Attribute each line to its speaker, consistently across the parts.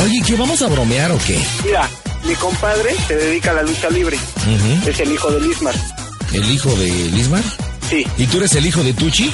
Speaker 1: Oye, ¿qué vamos a bromear o qué?
Speaker 2: Mira, mi compadre se dedica a la lucha libre.
Speaker 1: Ujú.
Speaker 2: Es el hijo del Ismar.
Speaker 1: ¿El hijo de Lismar?
Speaker 2: Sí.
Speaker 1: ¿Y tú eres el hijo de Tucci?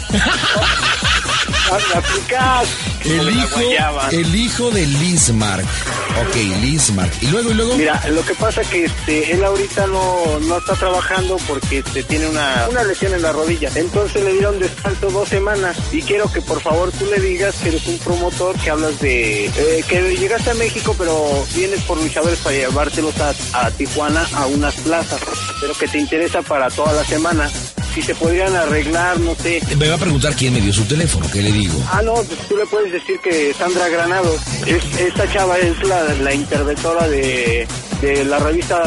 Speaker 2: Ah, ¿me aplicas? Como
Speaker 1: El
Speaker 2: la
Speaker 1: hijo,
Speaker 2: guayaba.
Speaker 1: el hijo de Lismar. Ok, Lismar. ¿Y luego, y luego?
Speaker 2: Mira, lo que pasa que este, él ahorita no, no está trabajando porque este, tiene una, una lesión en la rodilla. Entonces le dieron descanso dos semanas y quiero que por favor tú le digas que eres un promotor, que hablas de... eh, que llegaste a México pero vienes por luchadores para llevártelos a, a Tijuana a unas plazas, pero que te interesa para toda la semana. Si se podrían arreglar, no sé.
Speaker 1: Me va a preguntar quién me dio su teléfono, ¿qué le digo?
Speaker 2: Ah, no, pues tú le puedes decir que Sandra Granado, es, esta chava es la, la interventora de, de la revista,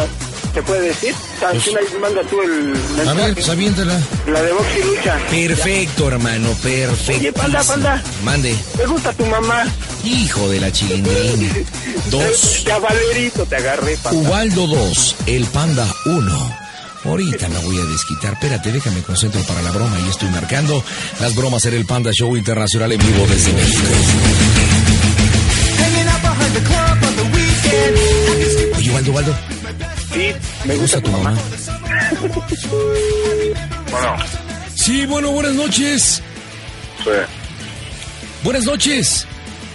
Speaker 2: ¿se puede decir? O sea,
Speaker 1: Pues-
Speaker 2: tú la- manda tú el
Speaker 1: A
Speaker 2: mensaje.
Speaker 1: ver, pues aviéntala.
Speaker 2: la de Box y Lucha.
Speaker 1: Perfecto, hermano, perfecto.
Speaker 2: Oye, panda, panda.
Speaker 1: Mande.
Speaker 2: Me gusta tu mamá. Eh,
Speaker 1: Hijo de la chilindrina. Dos.
Speaker 2: Ya Valerito te agarré, panda.
Speaker 1: Ubaldo 2, el Panda 1. Ahorita me voy a desquitar. Espérate, déjame concentro para la broma y estoy marcando las bromas en el Panda Show Internacional en vivo desde México. Oye, Ubaldo, Ubaldo,
Speaker 2: Sí, me
Speaker 1: ¿te
Speaker 2: gusta tu mamá.
Speaker 3: Bueno,
Speaker 1: Sí, bueno, buenas noches.
Speaker 3: sí,
Speaker 1: Buenas noches.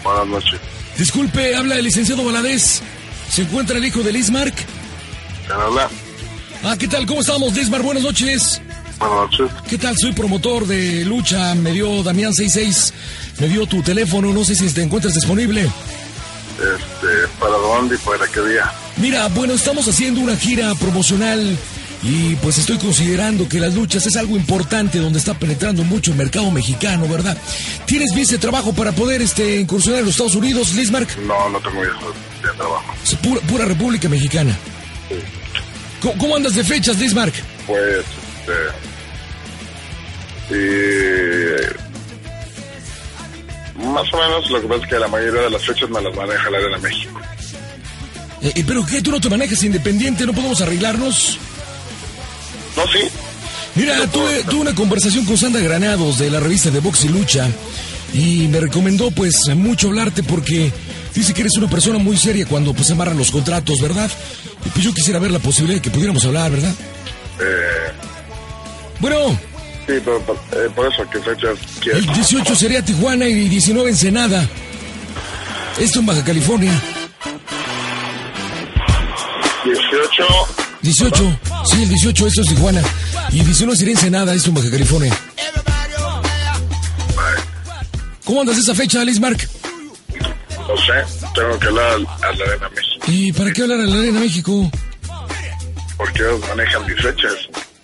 Speaker 3: buenas noches.
Speaker 1: Disculpe, habla el licenciado Valadez. ¿Se encuentra el hijo de Lismark?
Speaker 3: ¿Quién habla?
Speaker 1: Ah, ¿qué tal? ¿Cómo estamos, Lismark? Buenas noches.
Speaker 3: Buenas noches.
Speaker 1: ¿Qué tal? Soy promotor de lucha. Me dio Damián 66. Me dio tu teléfono. No sé si te encuentras disponible.
Speaker 3: Este, ¿para dónde y para qué día?
Speaker 1: Mira, bueno, estamos haciendo una gira promocional. Y pues estoy considerando que las luchas es algo importante donde está penetrando mucho el mercado mexicano, ¿verdad? ¿Tienes bien ese trabajo para poder este, incursionar en los Estados Unidos, Lismark?
Speaker 3: No, no tengo eso de trabajo.
Speaker 1: Es Pura, pura República Mexicana. ¿Cómo, cómo andas de fechas, Lismark?
Speaker 3: Pues, este... Y... Más o menos lo que pasa es que la mayoría de las fechas me las van a jalar en la México.
Speaker 1: Eh, eh, pero que tú no te manejas independiente, no podemos arreglarnos.
Speaker 3: No, sí.
Speaker 1: Mira, tuve, tuve una conversación con Sandra Granados de la revista de Box y Lucha y me recomendó pues mucho hablarte porque dice que eres una persona muy seria cuando pues amarran los contratos, ¿verdad? Y pues yo quisiera ver la posibilidad de que pudiéramos hablar, ¿verdad?
Speaker 3: Eh,
Speaker 1: Bueno,
Speaker 3: sí, pero por, eh, por eso, ¿qué fechas
Speaker 1: el
Speaker 3: quieres?
Speaker 1: 18 sería Tijuana y 19 Ensenada. Esto en Baja California.
Speaker 3: 18,
Speaker 1: 18, sí, el 18, esto es Tijuana. Y 19 sería Ensenada, esto en Baja California. ¿Cómo andas esa fecha, Alice Mark?
Speaker 3: no sé, tengo que hablar a la Arena México,
Speaker 1: ¿Y para qué hablar a la Arena México?
Speaker 3: porque ellos manejan mis fechas.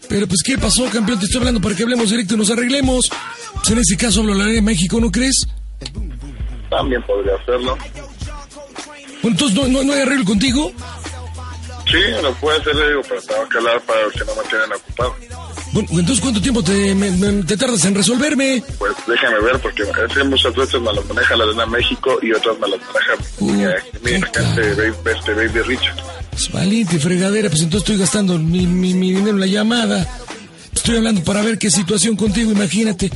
Speaker 1: Pero pues, ¿qué pasó, campeón? Te estoy hablando para que hablemos directo y nos arreglemos. Pues en ese caso hablo a la Arena México, ¿no crees?
Speaker 3: También podría hacerlo.
Speaker 1: Bueno, entonces, ¿no, no, no hay arreglo contigo?
Speaker 3: Sí, lo puede hacer, le digo, pero tengo que hablar para que no me queden ocupado.
Speaker 1: Bueno, entonces, ¿cuánto tiempo te, me- me- te tardas en resolverme?
Speaker 3: Pues déjame ver, porque es que muchas veces me las maneja la Arena México y otras me las maneja mi, eh, mi
Speaker 1: puta.
Speaker 3: agente, Baby- este Baby Richard.
Speaker 1: Pues, valiente, fregadera, pues entonces estoy gastando mi, mi- mi dinero en la llamada. Estoy hablando para ver qué situación contigo, imagínate.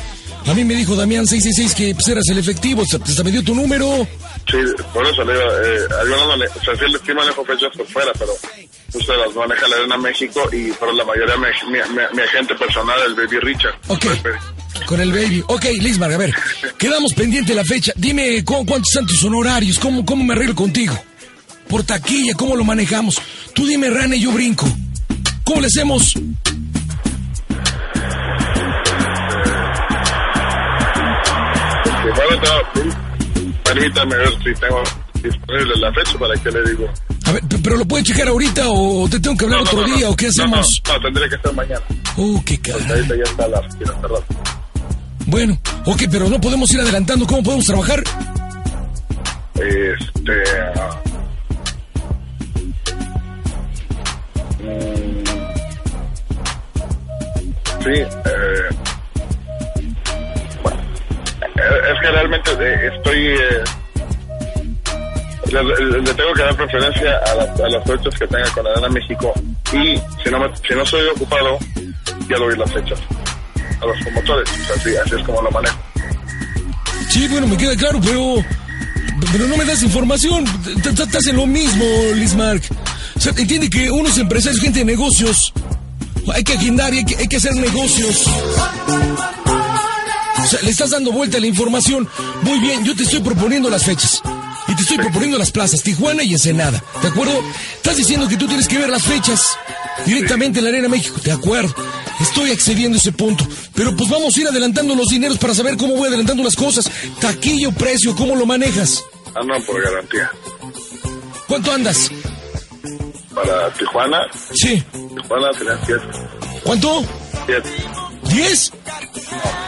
Speaker 1: A mí me dijo Damián 666 que pues, eras el efectivo, hasta, hasta me dio tu número.
Speaker 3: Sí, por eso le digo, eh, algunas mane- o sea, sí, le- sí manejo fechas por fuera, pero justo las maneja la Arena México y por la mayoría me- mi, mi- mi agente personal, el Baby Richard. Pues,
Speaker 1: Ok.
Speaker 3: Pepe.
Speaker 1: Con el baby. Ok, Lismar, a ver. Quedamos pendiente la fecha. Dime ¿cu- cuántos son tus honorarios, cómo, cómo me arreglo contigo. Por taquilla, cómo lo manejamos. Tú dime, Rana, y yo brinco. ¿Cómo le hacemos?
Speaker 3: Y bueno, no, pues, permítame ver si tengo disponible la fecha para que le digo.
Speaker 1: A ver, p- pero lo puedes checar ahorita o te tengo que hablar
Speaker 3: No, no,
Speaker 1: otro
Speaker 3: no, no.
Speaker 1: día o qué
Speaker 3: No,
Speaker 1: hacemos.
Speaker 3: No, no, tendría que ser mañana.
Speaker 1: Oh, qué cara.
Speaker 3: Ahorita ya Pues está la oficina cerrada.
Speaker 1: Bueno, ok, pero no podemos ir adelantando. ¿Cómo podemos trabajar?
Speaker 3: Este. ah, mm, Sí, eh, bueno, eh, es que realmente eh, estoy. eh, le, le- le tengo que dar preferencia a, las- a las fechas que tenga con Arena México y si no, me- si no soy ocupado, ya doy las fechas a los promotores. O sea, sí, así es como lo manejo.
Speaker 1: Sí, bueno, me queda claro, pero pero no me das información. Estás en lo mismo, Lismark. O sea, entiende que uno es empresario, es gente de negocios. Hay que agendar y hay que, hay que hacer negocios. O sea, le estás dando vuelta a la información. Muy bien, yo te estoy proponiendo las fechas. Y te estoy proponiendo las plazas, Tijuana y Ensenada. ¿De acuerdo? Estás diciendo que tú tienes que ver las fechas directamente en la Arena México. De acuerdo. Estoy accediendo a ese punto. Pero pues vamos a ir adelantando los dineros para saber cómo voy adelantando las cosas. Taquillo, precio, ¿cómo lo manejas?
Speaker 3: Ah, no, por garantía.
Speaker 1: ¿Cuánto andas?
Speaker 3: Para Tijuana,
Speaker 1: Sí.
Speaker 3: Tijuana serían 7.
Speaker 1: ¿Cuánto?
Speaker 3: 7.
Speaker 1: ¿Diez?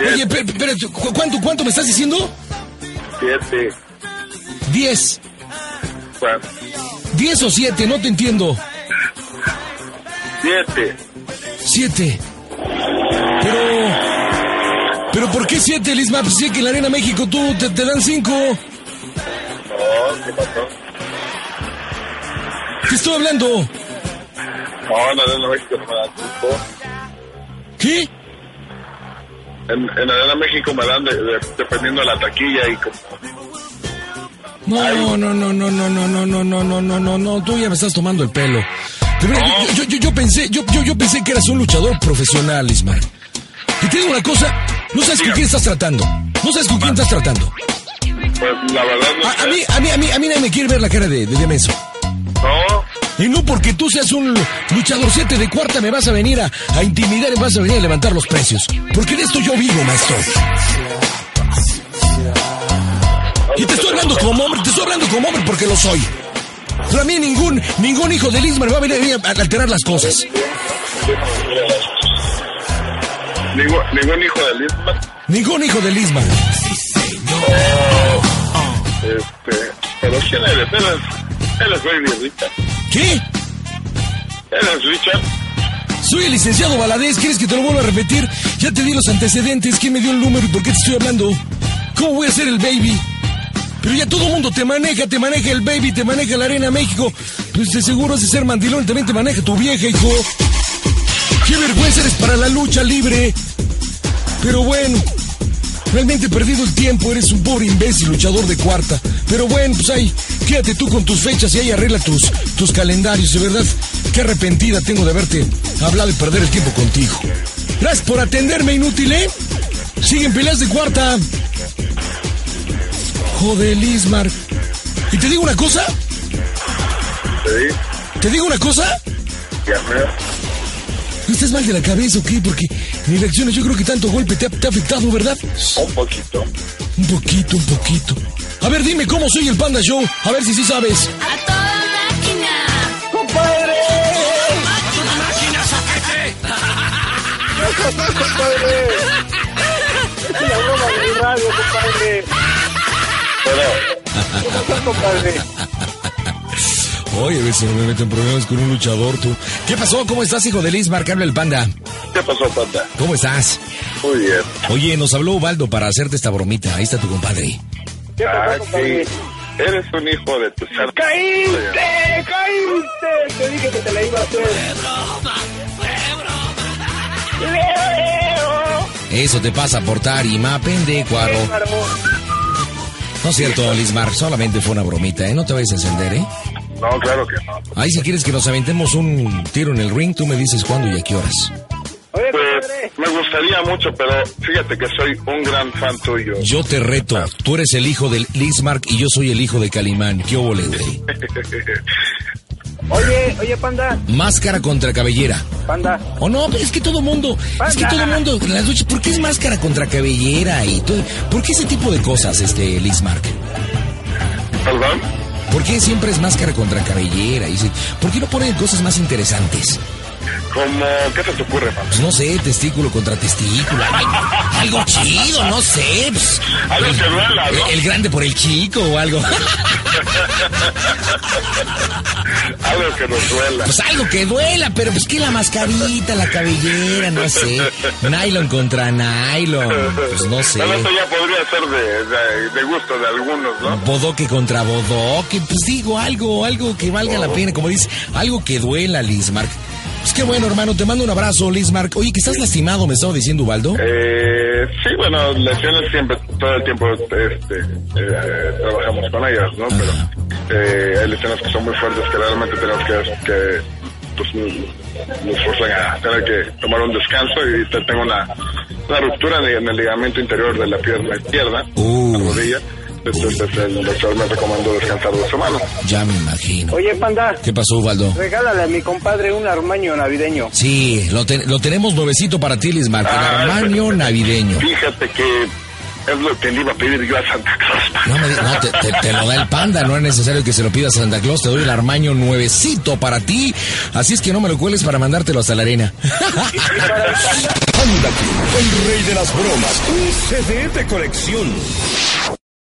Speaker 1: Oye,
Speaker 3: 7.
Speaker 1: pero, ¿cuánto, ¿cuánto me estás diciendo?
Speaker 3: 7.
Speaker 1: Diez. Diez o siete, no te entiendo.
Speaker 3: 7.
Speaker 1: Siete. Pero... ¿Pero por qué siete, Lisma? Pues sí, que en la Arena México tú te, te dan cinco.
Speaker 3: No, Oh, ¿qué pasó?
Speaker 1: Te estoy hablando.
Speaker 3: No, en Arena México no me dan 5.
Speaker 1: ¿Qué?
Speaker 3: En, en Arena México me dan de, de- dependiendo de la taquilla y como.
Speaker 1: No, no, no, no, no, no, no, no, no, no, no, no, no, tú ya me estás tomando el pelo. De verdad, yo, yo, yo- yo pensé, yo, yo, yo pensé que eras un luchador profesional, Ismar. Y te digo una cosa, no sabes con quién estás tratando. No sabes con quién estás tratando.
Speaker 3: Pues la verdad no
Speaker 1: A, a
Speaker 3: sé.
Speaker 1: mí, a mí, a mí, a mí nadie me quiere ver la cara de, de demenso.
Speaker 3: No,
Speaker 1: Y no porque tú seas un luchador siete de cuarta me vas a venir a, a intimidar y vas a venir a levantar los precios. Porque de esto yo vivo, maestro. Y te estoy hablando como hombre, te estoy hablando como hombre porque lo soy. Pero a mí ningún, ningún hijo de Lismar va a venir a venir a alterar las cosas.
Speaker 3: ningún, ningún hijo de Lisbeth.
Speaker 1: Ningún hijo de Lismar.
Speaker 3: Este, pero ¿quién eres? Él es, él es Baby Richard.
Speaker 1: ¿Qué?
Speaker 3: Él es Richard.
Speaker 1: Soy el licenciado Valadez, ¿quieres que te lo vuelva a repetir? Ya te di los antecedentes, ¿quién me dio el número y por qué te estoy hablando? ¿Cómo voy a ser el baby? Pero ya todo el mundo te maneja, te maneja el baby, te maneja la Arena México. Pues de seguro has de ser mandilón, también te maneja tu vieja, hijo. ¡Qué vergüenza eres para la lucha libre! Pero bueno, realmente he perdido el tiempo, eres un pobre imbécil luchador de cuarta. Pero bueno, pues ahí, quédate tú con tus fechas y ahí arregla tus, tus calendarios. De verdad, qué arrepentida tengo de haberte hablado y perder el tiempo contigo. Gracias por atenderme, inútil, ¿eh? Siguen peleas de cuarta. Joder, Lismar. ¿Y te digo una cosa?
Speaker 3: Sí,
Speaker 1: ¿Te digo una cosa?
Speaker 3: y a mí.
Speaker 1: ¿Estás mal de la cabeza o qué? Porque ni reacciones, yo creo que tanto golpe te ha- te ha afectado, ¿verdad?
Speaker 3: Un poquito.
Speaker 1: Un poquito, un poquito. A ver, dime cómo soy el Panda Show. A ver si sí sabes.
Speaker 4: A toda máquina.
Speaker 2: ¡Compadre! compadre! Es una broma de mi radio, compadre.
Speaker 3: Pero,
Speaker 2: ¿Cómo estás, compadre?
Speaker 1: Oye, a ver si no me meten problemas con un luchador, tú. ¿Qué pasó? ¿Cómo estás, hijo de Liz? Habla el Panda.
Speaker 3: ¿qué pasó, Panda?
Speaker 1: ¿Cómo estás?
Speaker 3: Muy bien.
Speaker 1: Oye, nos habló Ubaldo para hacerte esta bromita. Ahí está tu compadre.
Speaker 2: ¿Qué pasó,
Speaker 3: Aquí.
Speaker 2: compadre?
Speaker 3: Ah, Eres un hijo de tu ser.
Speaker 2: ¡Caíste! ¡Caíste! Te dije que te la iba a hacer. ¡Leo!
Speaker 1: Eso te pasa por tarima, pendecuaro.
Speaker 2: Bárbaro.
Speaker 1: No es cierto, Lismar, solamente fue una bromita, ¿eh? No te vayas a encender, ¿eh?
Speaker 3: No, claro que no.
Speaker 1: Ahí si quieres que nos aventemos un tiro en el ring, tú me dices cuándo y a qué horas.
Speaker 2: Oye,
Speaker 3: Pues
Speaker 2: compadre.
Speaker 3: me gustaría mucho, pero fíjate que soy un gran fan tuyo.
Speaker 1: Yo te reto, tú eres el hijo del Lismark y yo soy el hijo de Calimán. ¿Qué óvole, güey?
Speaker 2: Oye, oye, panda.
Speaker 1: Máscara contra cabellera.
Speaker 2: Panda.
Speaker 1: O no, es que todo mundo, es que todo mundo, las luchas, ¿por qué es máscara contra cabellera y todo? ¿Por qué ese tipo de cosas, este, Lismark?
Speaker 3: ¿Perdón?
Speaker 1: ¿Por qué siempre es máscara contra cabellera? Y se- ¿Por qué no ponen cosas más interesantes?
Speaker 3: Como, ¿qué se te ocurre, Panda?
Speaker 1: Pues no sé, testículo contra testículo, algo, algo chido, no sé. pues,
Speaker 3: Algo que duela, ¿no?
Speaker 1: el grande por el chico o algo.
Speaker 3: Algo que nos duela.
Speaker 1: Pues algo que duela, pero pues que la mascarita, la cabellera, no sé. Nylon contra nylon, pues no sé.
Speaker 3: Bueno, esto ya podría ser de, de- de gusto de algunos, ¿no?
Speaker 1: Bodoque contra
Speaker 3: Oh.
Speaker 1: bodoque, pues digo algo, algo que valga la pena, como dice, algo que duela, Lismark. Pues qué bueno, hermano. Te mando un abrazo, Lismark. Oye, que estás lastimado, me estaba diciendo Ubaldo.
Speaker 3: Eh, sí, bueno, lesiones siempre, todo el tiempo este, eh, trabajamos con ellas, ¿no? Pero eh, hay lesiones que son muy fuertes que realmente tenemos que, que pues, nos, nos forzan a tener que tomar un descanso y te- tengo una, una ruptura en el ligamento interior de la pierna izquierda, la
Speaker 1: Uf.
Speaker 3: rodilla. Entonces este, el doctor me recomendó descansar dos semanas.
Speaker 1: Ya me imagino.
Speaker 2: Oye, Panda,
Speaker 1: ¿Qué pasó, Ubaldo?
Speaker 2: regálale a mi compadre un armaño navideño.
Speaker 1: Sí, lo, ten- lo tenemos nuevecito para ti, Lismark. El
Speaker 3: Ah,
Speaker 1: armaño navideño.
Speaker 3: Fíjate que es lo que le iba a pedir yo a Santa Claus.
Speaker 1: No, me di- no, te, te- te lo da el panda, no es necesario que se lo pidas a Santa Claus, te doy el armaño nuevecito para ti, así es que no me lo cueles para mandártelo hasta la arena.
Speaker 4: Panda Club, el rey de las bromas, un CD de colección.